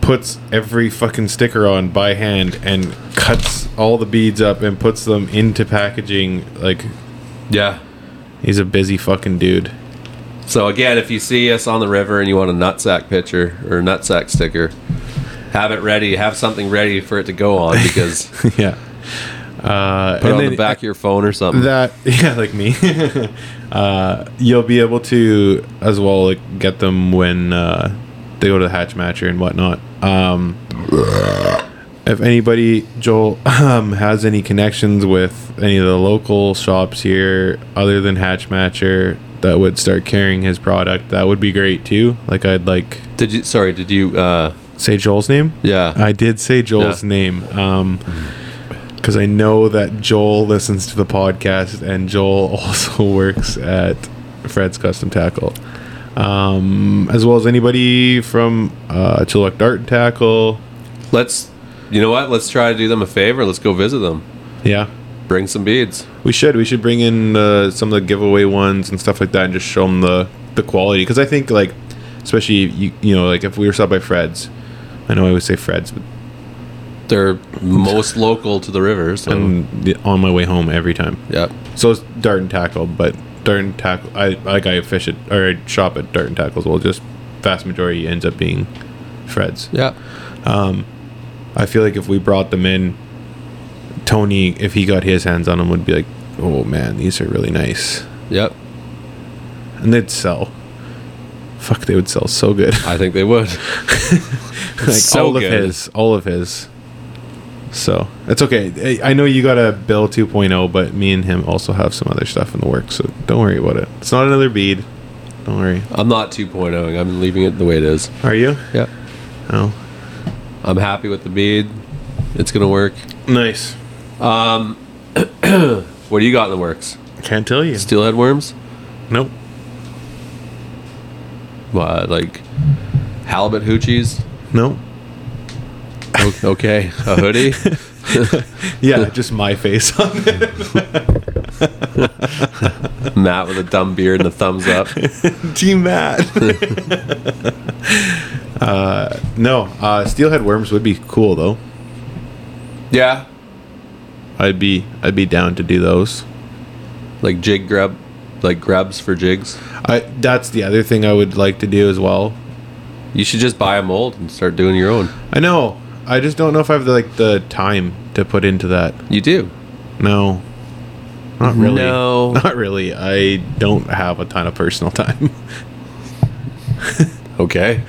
puts every fucking sticker on by hand and cuts all the beads up and puts them into packaging. Like
Yeah.
he's a busy fucking dude.
So again, if you see us on the river and you want a nutsack picture or nutsack sticker, have it ready. Have something ready for it to go on because put
yeah. Uh,
it
and
on
then-
the back of your phone or something.
that yeah like me uh you'll be able to as well like get them when uh they go to the hatch matcher and whatnot um if anybody joel um has any connections with any of the local shops here other than hatch matcher that would start carrying his product that would be great too like i'd like
did you? Sorry, did you? Uh,
say joel's name
yeah.
I did say Joel's
Yeah.
name. Um 'cause because I know that Joel listens to the podcast, and Joel also works at Fred's Custom Tackle, um, as well as anybody from uh, Chilliwack Dart and Tackle.
Let's. You know what? Let's try to do them a favor. Let's go visit them.
Yeah,
Bring some beads.
we should we should bring in uh, some of the giveaway ones and stuff like that, and just show them the the quality. Because I think like, especially you you know like if we were stopped by Fred's, I know I always say Fred's, but
They're most local to the river. So
I'm on my way home every time.
yeah.
So it's dart and tackle, but dart and tackle. I like I fish it or I shop at dart and tackles. Well, just vast majority ends up being Fred's.
Yeah.
I feel like if we brought them in, Tony, if he got his hands on them, would be like, "Oh man, these are really nice,"
Yep.
and they'd sell. Fuck, they would sell so good.
I think they would.
like
Uh, so
all
good.
of his, all of his. So it's okay. I I know you got a bill 2.0, but me and him also have some other stuff in the works. So don't worry about it. It's not another bead. Don't worry.
I'm not 2.0ing. I'm leaving it the way it is.
Are you?
Yeah.
Oh,
I'm happy with the bead. It's gonna work.
nice.
What do you got in the works?
Can't tell you.
Steelhead worms?
Nope.
What, like halibut hoochies?
Nope.
O- Okay, a hoodie.
Yeah, just my face on it.
Matt with a dumb beard and a thumbs up.
Team Matt. uh, no, uh, steelhead worms would be cool though.
Yeah,
I'd be I'd be down to do those.
like jig grub, like grubs for jigs.
I that's the other thing I would like to do as well.
You should just buy a mold and start doing your own.
I know. I just don't know if I have the, like the time to put into that.
You do.
No. Not really.
No.
Not really. I don't have a ton of personal time.
Okay.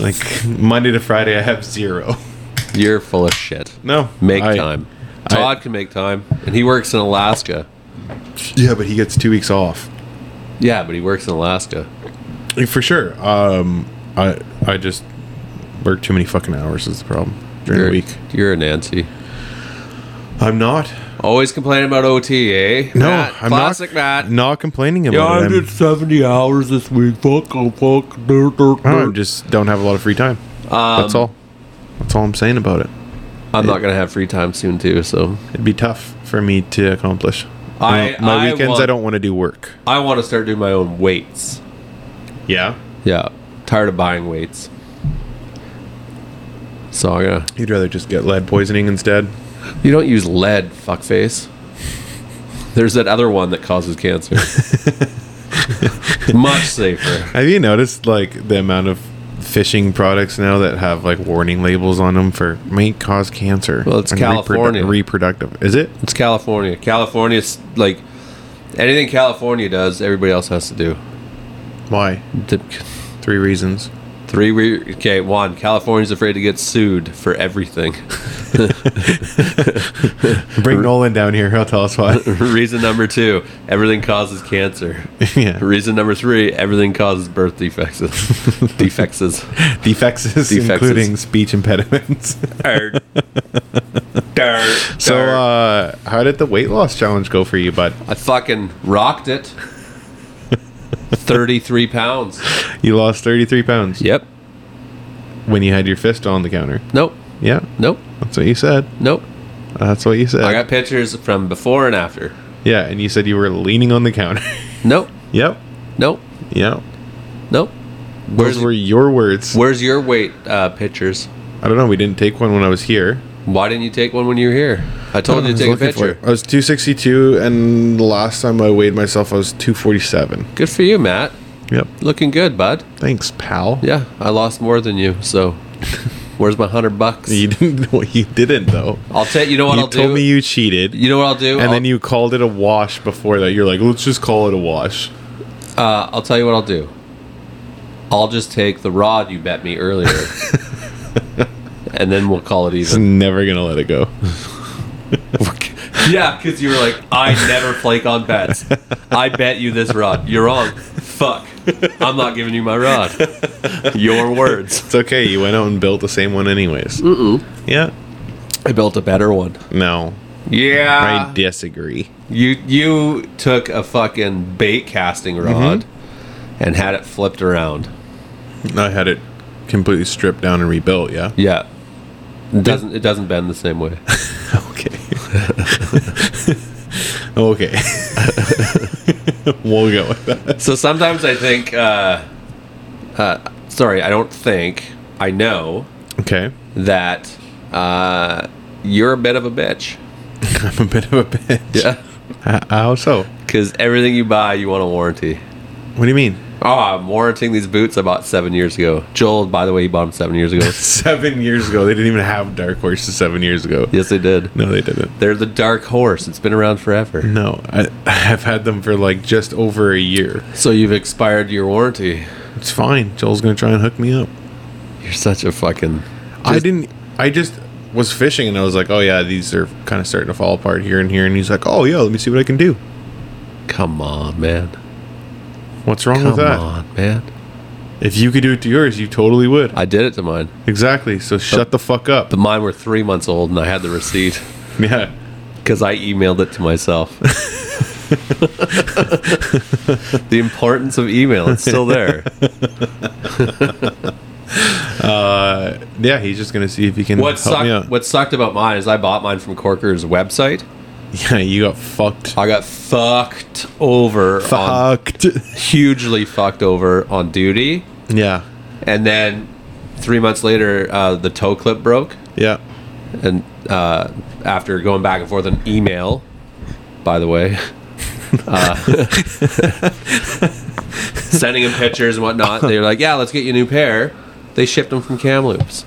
like Monday to Friday I have zero.
You're full of shit.
No.
Make
I-
time.
I-
Todd can make time, and he works in Alaska.
Yeah, but he gets two weeks off.
Yeah, but he works in Alaska.
For sure. Um, I I just work too many fucking hours is the problem during the
you're,
week.
You're a Nancy.
I'm not.
Always complaining about OT, eh?
No,
Matt,
I'm
classic
not.
Matt.
Not complaining about it. I'm-
70 hours this week. Fuck, oh, fuck. Dur, dur,
I
dur.
don't- just don't have a lot of free time.
Um,
That's all. That's all I'm saying about it.
I'm not going to have free time soon, too, so.
It'd be tough for me to accomplish.
I-
don't- my
I
weekends, I
want-
don't want to do work.
I want to start doing my own weights.
Yeah,
Yeah. Tired of buying weights. So I'm going to.
you'd rather just get lead poisoning instead.
You don't use lead, fuckface. There's that other one that causes cancer. Much safer.
Have you noticed like the amount of fishing products now that have like warning labels on them for may cause cancer?
Well, it's
and reprodu-
California.
reproductive, is it?
It's California. California's like anything California does, everybody else has to do.
Why?
The-
Three reasons.
Three. Re- okay, one. California's afraid to get sued for everything.
Bring Nolan down here. He'll tell us why.
Reason number two: everything causes cancer.
yeah,
Reason number three: everything causes birth defects. defects.
defects, including speech impediments.
Arr. Dar.
so, uh, how did the weight loss challenge go for you, bud?
I fucking rocked it. 33 pounds.
You lost 33 pounds
Yep.
when you had your fist on the counter.
Nope.
Yeah,
Nope.
that's what you said.
Nope.
That's what you said.
I got pictures from before and after.
yeah, and you said you were leaning on the counter.
Nope.
yep,
Nope.
yep.
Nope.
Those
Where's,
were your words.
where's your weight uh, pictures?
I don't know. We didn't take one when I was here.
Why didn't you take one when you were here? I told
I
you to
was
take a
looking for it.
picture.
I was 262, and the last time I weighed myself, I was 247.
Good for you, Matt.
Yep.
Looking good, bud.
Thanks, pal.
Yeah, I lost more than you, so where's my hundred bucks?
You didn't. Well, you didn't though.
I'll tell you know what
you
I'll
told
do.
me
You-,
you cheated,
know what I'll do?
and
I'll,
then you called it a wash before that. You're like, let's just call it a wash.
Uh, I'll tell you what I'll do. I'll just take the rod you bet me earlier, and then we'll call it
It's
even.
never gonna let it go.
yeah, because you were like, I never flake on bets. I bet you this rod. You're wrong. Fuck. I'm not giving you my rod. Your words.
It's okay. You went out and built the same one anyways. Mm-mm. Yeah.
I built a better one.
No,
Yeah.
I disagree.
You you took a fucking bait casting rod and had it flipped around.
I had it completely stripped down and rebuilt. Yeah.
Yeah. It doesn't it doesn't bend the same way.
Okay. okay. we'll go with that.
So sometimes I think, uh, uh, sorry, I don't think, I know
Okay.
that uh, you're a bit of a bitch.
I'm a bit of a bitch.
Yeah.
H- How so?
Because everything you buy, you want a warranty.
What do you mean?
Oh, I'm warranting these boots I bought seven years ago. Joel, by the way, he bought them seven years ago.
Seven years ago, they didn't even have dark horses. Seven years ago.
yes, they did.
No, they didn't.
They're the dark horse. It's been around forever.
No, I, I've had them for like just over a year.
So you've expired your warranty.
It's fine. Joel's gonna try and hook me up.
You're such a fucking.
I didn't. I just was fishing and I was like, oh yeah, these are kind of starting to fall apart here and here. And he's like, oh yeah, let me see what I can do.
Come on, man.
What's wrong with
Come
that?
on, man.
If you could do it to yours, you totally would.
I did it to mine.
Exactly. So shut the fuck up.
But mine were three months old and I had the receipt.
Yeah.
Because I emailed it to myself. the importance of email, it's still there.
Uh, yeah. He's just gonna see if he can
What
help me out.
sucked, what sucked about mine is I bought mine from Corker's website.
yeah. You got fucked.
I got fucked over, on,
Fucked.
hugely fucked over on duty.
yeah.
And then three months later, uh, the toe clip broke.
Yeah.
And uh, after going back and forth on email, by the way, uh, sending him pictures and whatnot, they were like, "Yeah, let's get you a new pair." They shipped them from Kamloops.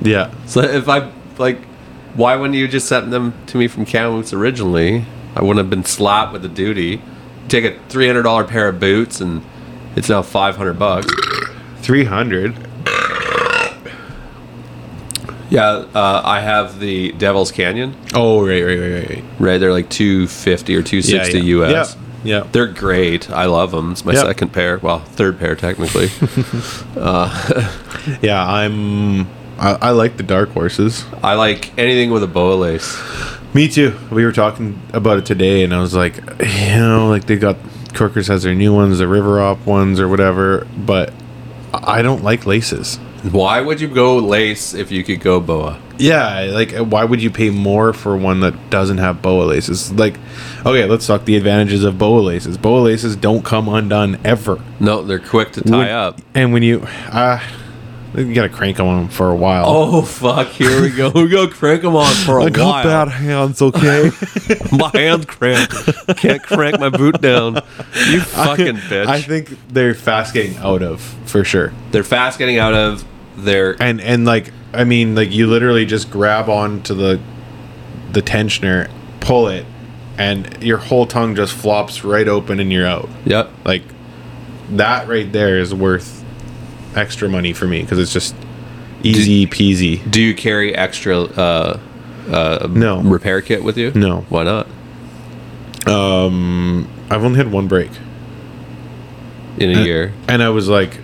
Yeah.
So if I like, why wouldn't you just send them to me from Kamloops originally? I wouldn't have been slapped with the duty. Take a three hundred dollar pair of boots, and it's now five hundred bucks.
Three hundred.
Yeah, uh, I have the Devil's Canyon.
Oh right, right, right, right. right.
Right, they're like two fifty or two sixty
yeah. Yeah.
US.
Yeah.
They're great. I love them. It's my
Yep.
second pair. Well, third pair technically.
Yeah, I'm. I, I like the dark horses.
I like anything with a boa lace.
Me too. We were talking about it today, and I was like, you know, like they got Corkers has their new ones, the River Op ones, or whatever. But I don't like laces.
Why would you go lace if you could go boa?
Yeah, like uh, why would you pay more for one that doesn't have boa laces? Like, okay, let's talk the advantages of boa laces. Boa laces don't come undone ever.
No, they're quick to tie
When-
up.
And when you, uh, you gotta crank on them for a while.
Oh fuck! Here we go. We go crank them on for a
I
while.
got bad hands, okay?
My hand cramped. Can't crank my boot down. You fucking bitch.
I think they're fast getting out of for sure.
they're fast getting out of. They're
And and like I mean, like you literally just grab onto the the tensioner, pull it, and your whole tongue just flops right open and you're out.
yep.
Like that right there is worth extra money for me because it's just easy peasy.
Do you carry extra uh,
No,
repair kit with you?
No.
Why not?
I've only had one break,
In
Uh,
a year.
and I was like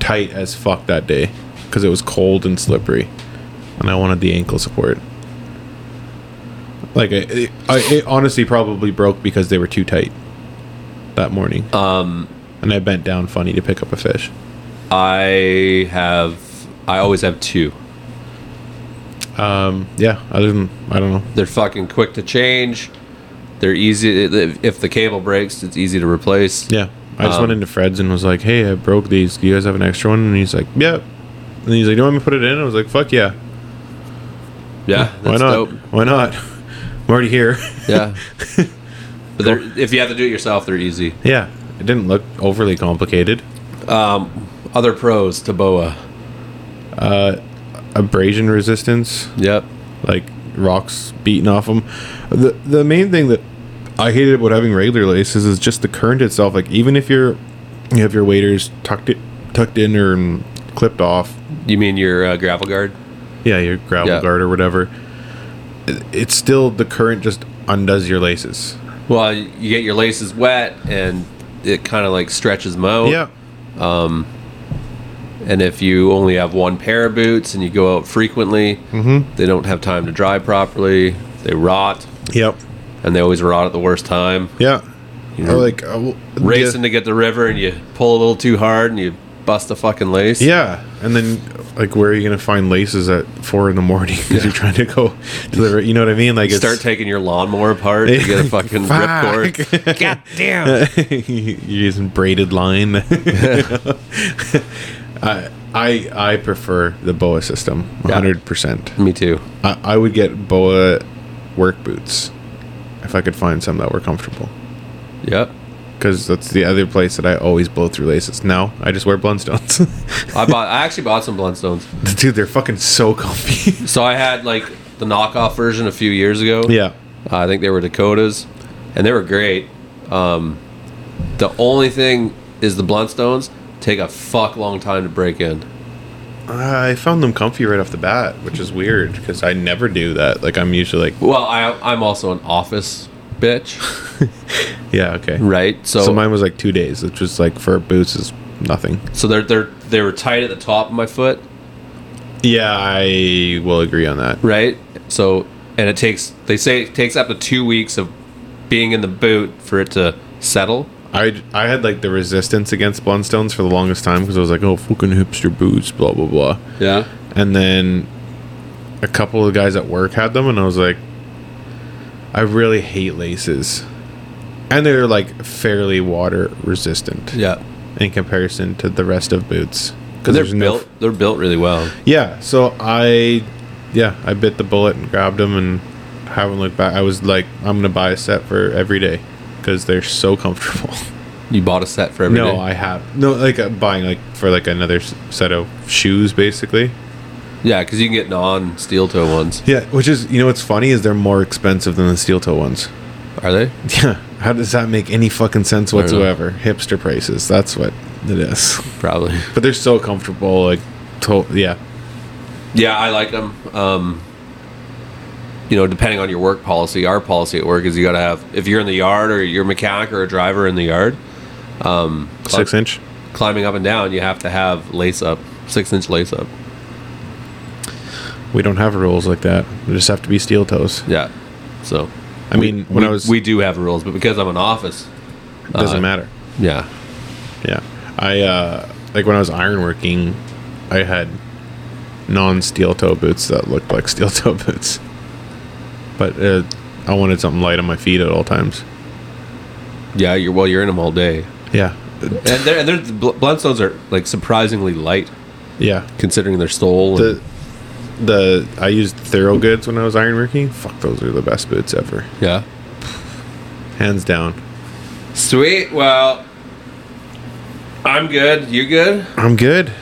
tight as fuck that day because it was cold and slippery, and I wanted the ankle support. Like it, it, I, it honestly probably broke because they were too tight that morning. Um, and I bent down funny to pick up a fish.
I have. I always have two.
Yeah, other than I don't know.
They're fucking quick to change. They're easy. If if the cable breaks, it's easy to replace.
Yeah. I just
Um,
went into Fred's and was like, hey, I broke these. Do you guys have an extra one? And he's like, yep. And he's like, do you want me to put it in? I was like, fuck yeah.
Yeah. That's
Why not?
dope.
Why not? I'm already here.
Yeah. but they're, if you have to do it yourself, they're easy.
yeah. It didn't look overly complicated.
Other pros to boa.
Abrasion resistance,
Yep.
like rocks beating off them. The, the main thing that I hated about having regular laces is just the current itself. Like, even if you're, you have your waders tucked, it, tucked in or mm, clipped off,
You mean your uh, gravel guard?
yeah, your gravel
Yeah.
guard or whatever. it- It's still the current just undoes your laces.
Well, you get your laces wet, and it kind of like stretches them out.
Yeah,
And if you only have one pair of boots and you go out frequently, they don't have time to dry properly. They rot,
yep,
and they always rot at the worst time.
yeah.
know,
Or like uh, w-
Racing
yeah,
to get the river, and you pull a little too hard, and you bust a fucking lace.
yeah, and then like where are you gonna find laces at four in the morning because you're trying to go deliver? You know what I mean? Like
You start taking your lawnmower apart. You get a fucking ripcord.
God damn! you're using braided line. I I I prefer the boa system,
Yeah.
hundred percent.
Me too.
I, I would get boa work boots if I could find some that were comfortable.
Yep.
Because that's the other place that I always blow through laces. Now I just wear Blundstones.
I bought. I actually bought some Blundstones.
Dude, they're fucking so comfy.
So I had like the knockoff version a few years ago.
yeah.
Uh, I think they were Dakotas, and they were great. Um, the only thing is the Bluntstones take a fuck long time to break in.
I found them comfy right off the bat, which is weird because I never do that. Like, I'm usually like,
Well, I, I'm also an office bitch,
yeah, okay.
right? So,
So mine was like two days, which was like for boots is nothing.
so they're they're they were tight at the top of my foot,
Yeah, I will agree on that.
right? So, and it takes they say it takes up to two weeks of being in the boot for it to settle.
I, I had like the resistance against Blundstones for the longest time because I was like, oh, fucking hipster boots, blah, blah, blah.
Yeah.
and then a couple of guys at work had them and i was like i really hate laces and they're like fairly water resistant
Yeah.
in comparison to the rest of boots
Because
there's
they're
no-
built they're built really well.
yeah so i yeah i bit the bullet and grabbed them and haven't looked back i was like i'm gonna buy a set for every day because they're so comfortable
You bought a set for every
no
day.
i have no like uh, buying like for like another s- set of shoes basically
yeah, because you can get non steel toe ones.
Yeah, which is you know what's funny is they're more expensive than the steel toe ones.
Are they?
Yeah, how does that make any fucking sense
don't know.
whatsoever? Hipster prices, that's what it is.
Probably.
But they're so comfortable, like, to- yeah,
Yeah, I like them. Um, you know, depending on your work policy, our policy at work is you got to have if you're in the yard or you're a mechanic or a driver in the yard,
Six inch.
climbing up and down, you have to have lace up, six inch lace up.
We don't have rules like that. We just have to be steel toes.
Yeah. So,
I mean, when
we,
I was,
we do have rules, but because I'm an office,
doesn't
uh,
matter.
yeah,
Yeah. I uh like when I was ironworking, I had non-steel toe boots that looked like steel toe boots. But uh, I wanted something light on my feet at all times.
yeah, you're well, you're in them all day,
Yeah.
and they're, and they're the bl- bloodstones are like surprisingly light
Yeah.
considering their sole. and-
The the I used Thoroughgoods when I was ironworking. Fuck, those are the best boots ever.
yeah.
Hands down.
Sweet. Well, I'm good. You good?
I'm good.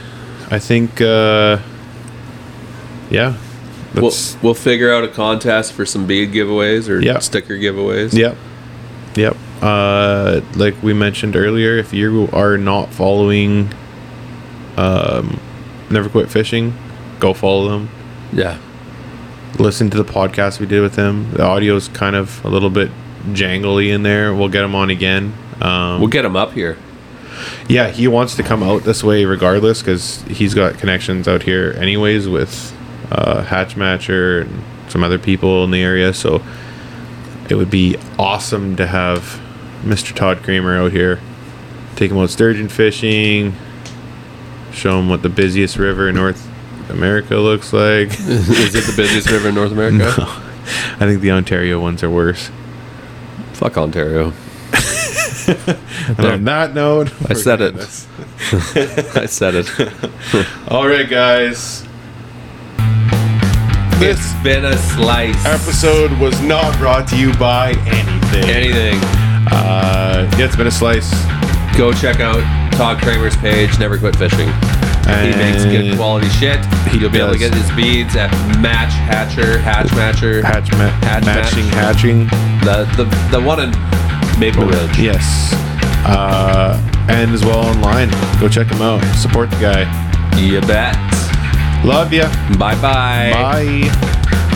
I think uh yeah.
We'll,
That's,
we'll figure out a contest for some bead giveaways or
Yeah.
sticker giveaways.
Yep. Yep. Uh, like we mentioned earlier, if you are not following um, Never Quit Fishing, go follow them.
Yeah.
Listen to the podcast we did with them. The audio's kind of a little bit jangly in there. We'll get him on again. Um,
We'll get them up here.
yeah, he wants to come out this way regardless because he's got connections out here anyways with uh, Hatch Matcher and some other people in the area. So it would be awesome to have Mr. Todd Kramer out here, take him out sturgeon fishing, show him what the busiest river in North America looks like.
Is it the busiest river in North America?
I think the Ontario ones are worse.
Fuck Ontario.
And
There.
on that note,
I said
we're
it.
gonna-
I said it.
All right, guys.
This
It's been a slice.
episode was not brought to you by anything.
Anything.
Uh, yeah, it's been a slice.
Go check out Todd Kramer's page, Never Quit Fishing. he makes good
And-
quality shit.
He
You'll be able to
does.
get his beads at Match Hatcher, Hatch Matcher,
hatch, ma-
Hatch
matching hatching
the, the, the one in Maple Ridge.
yes uh, and as well online go check him out support the guy
You bet.
love ya
Bye bye.
bye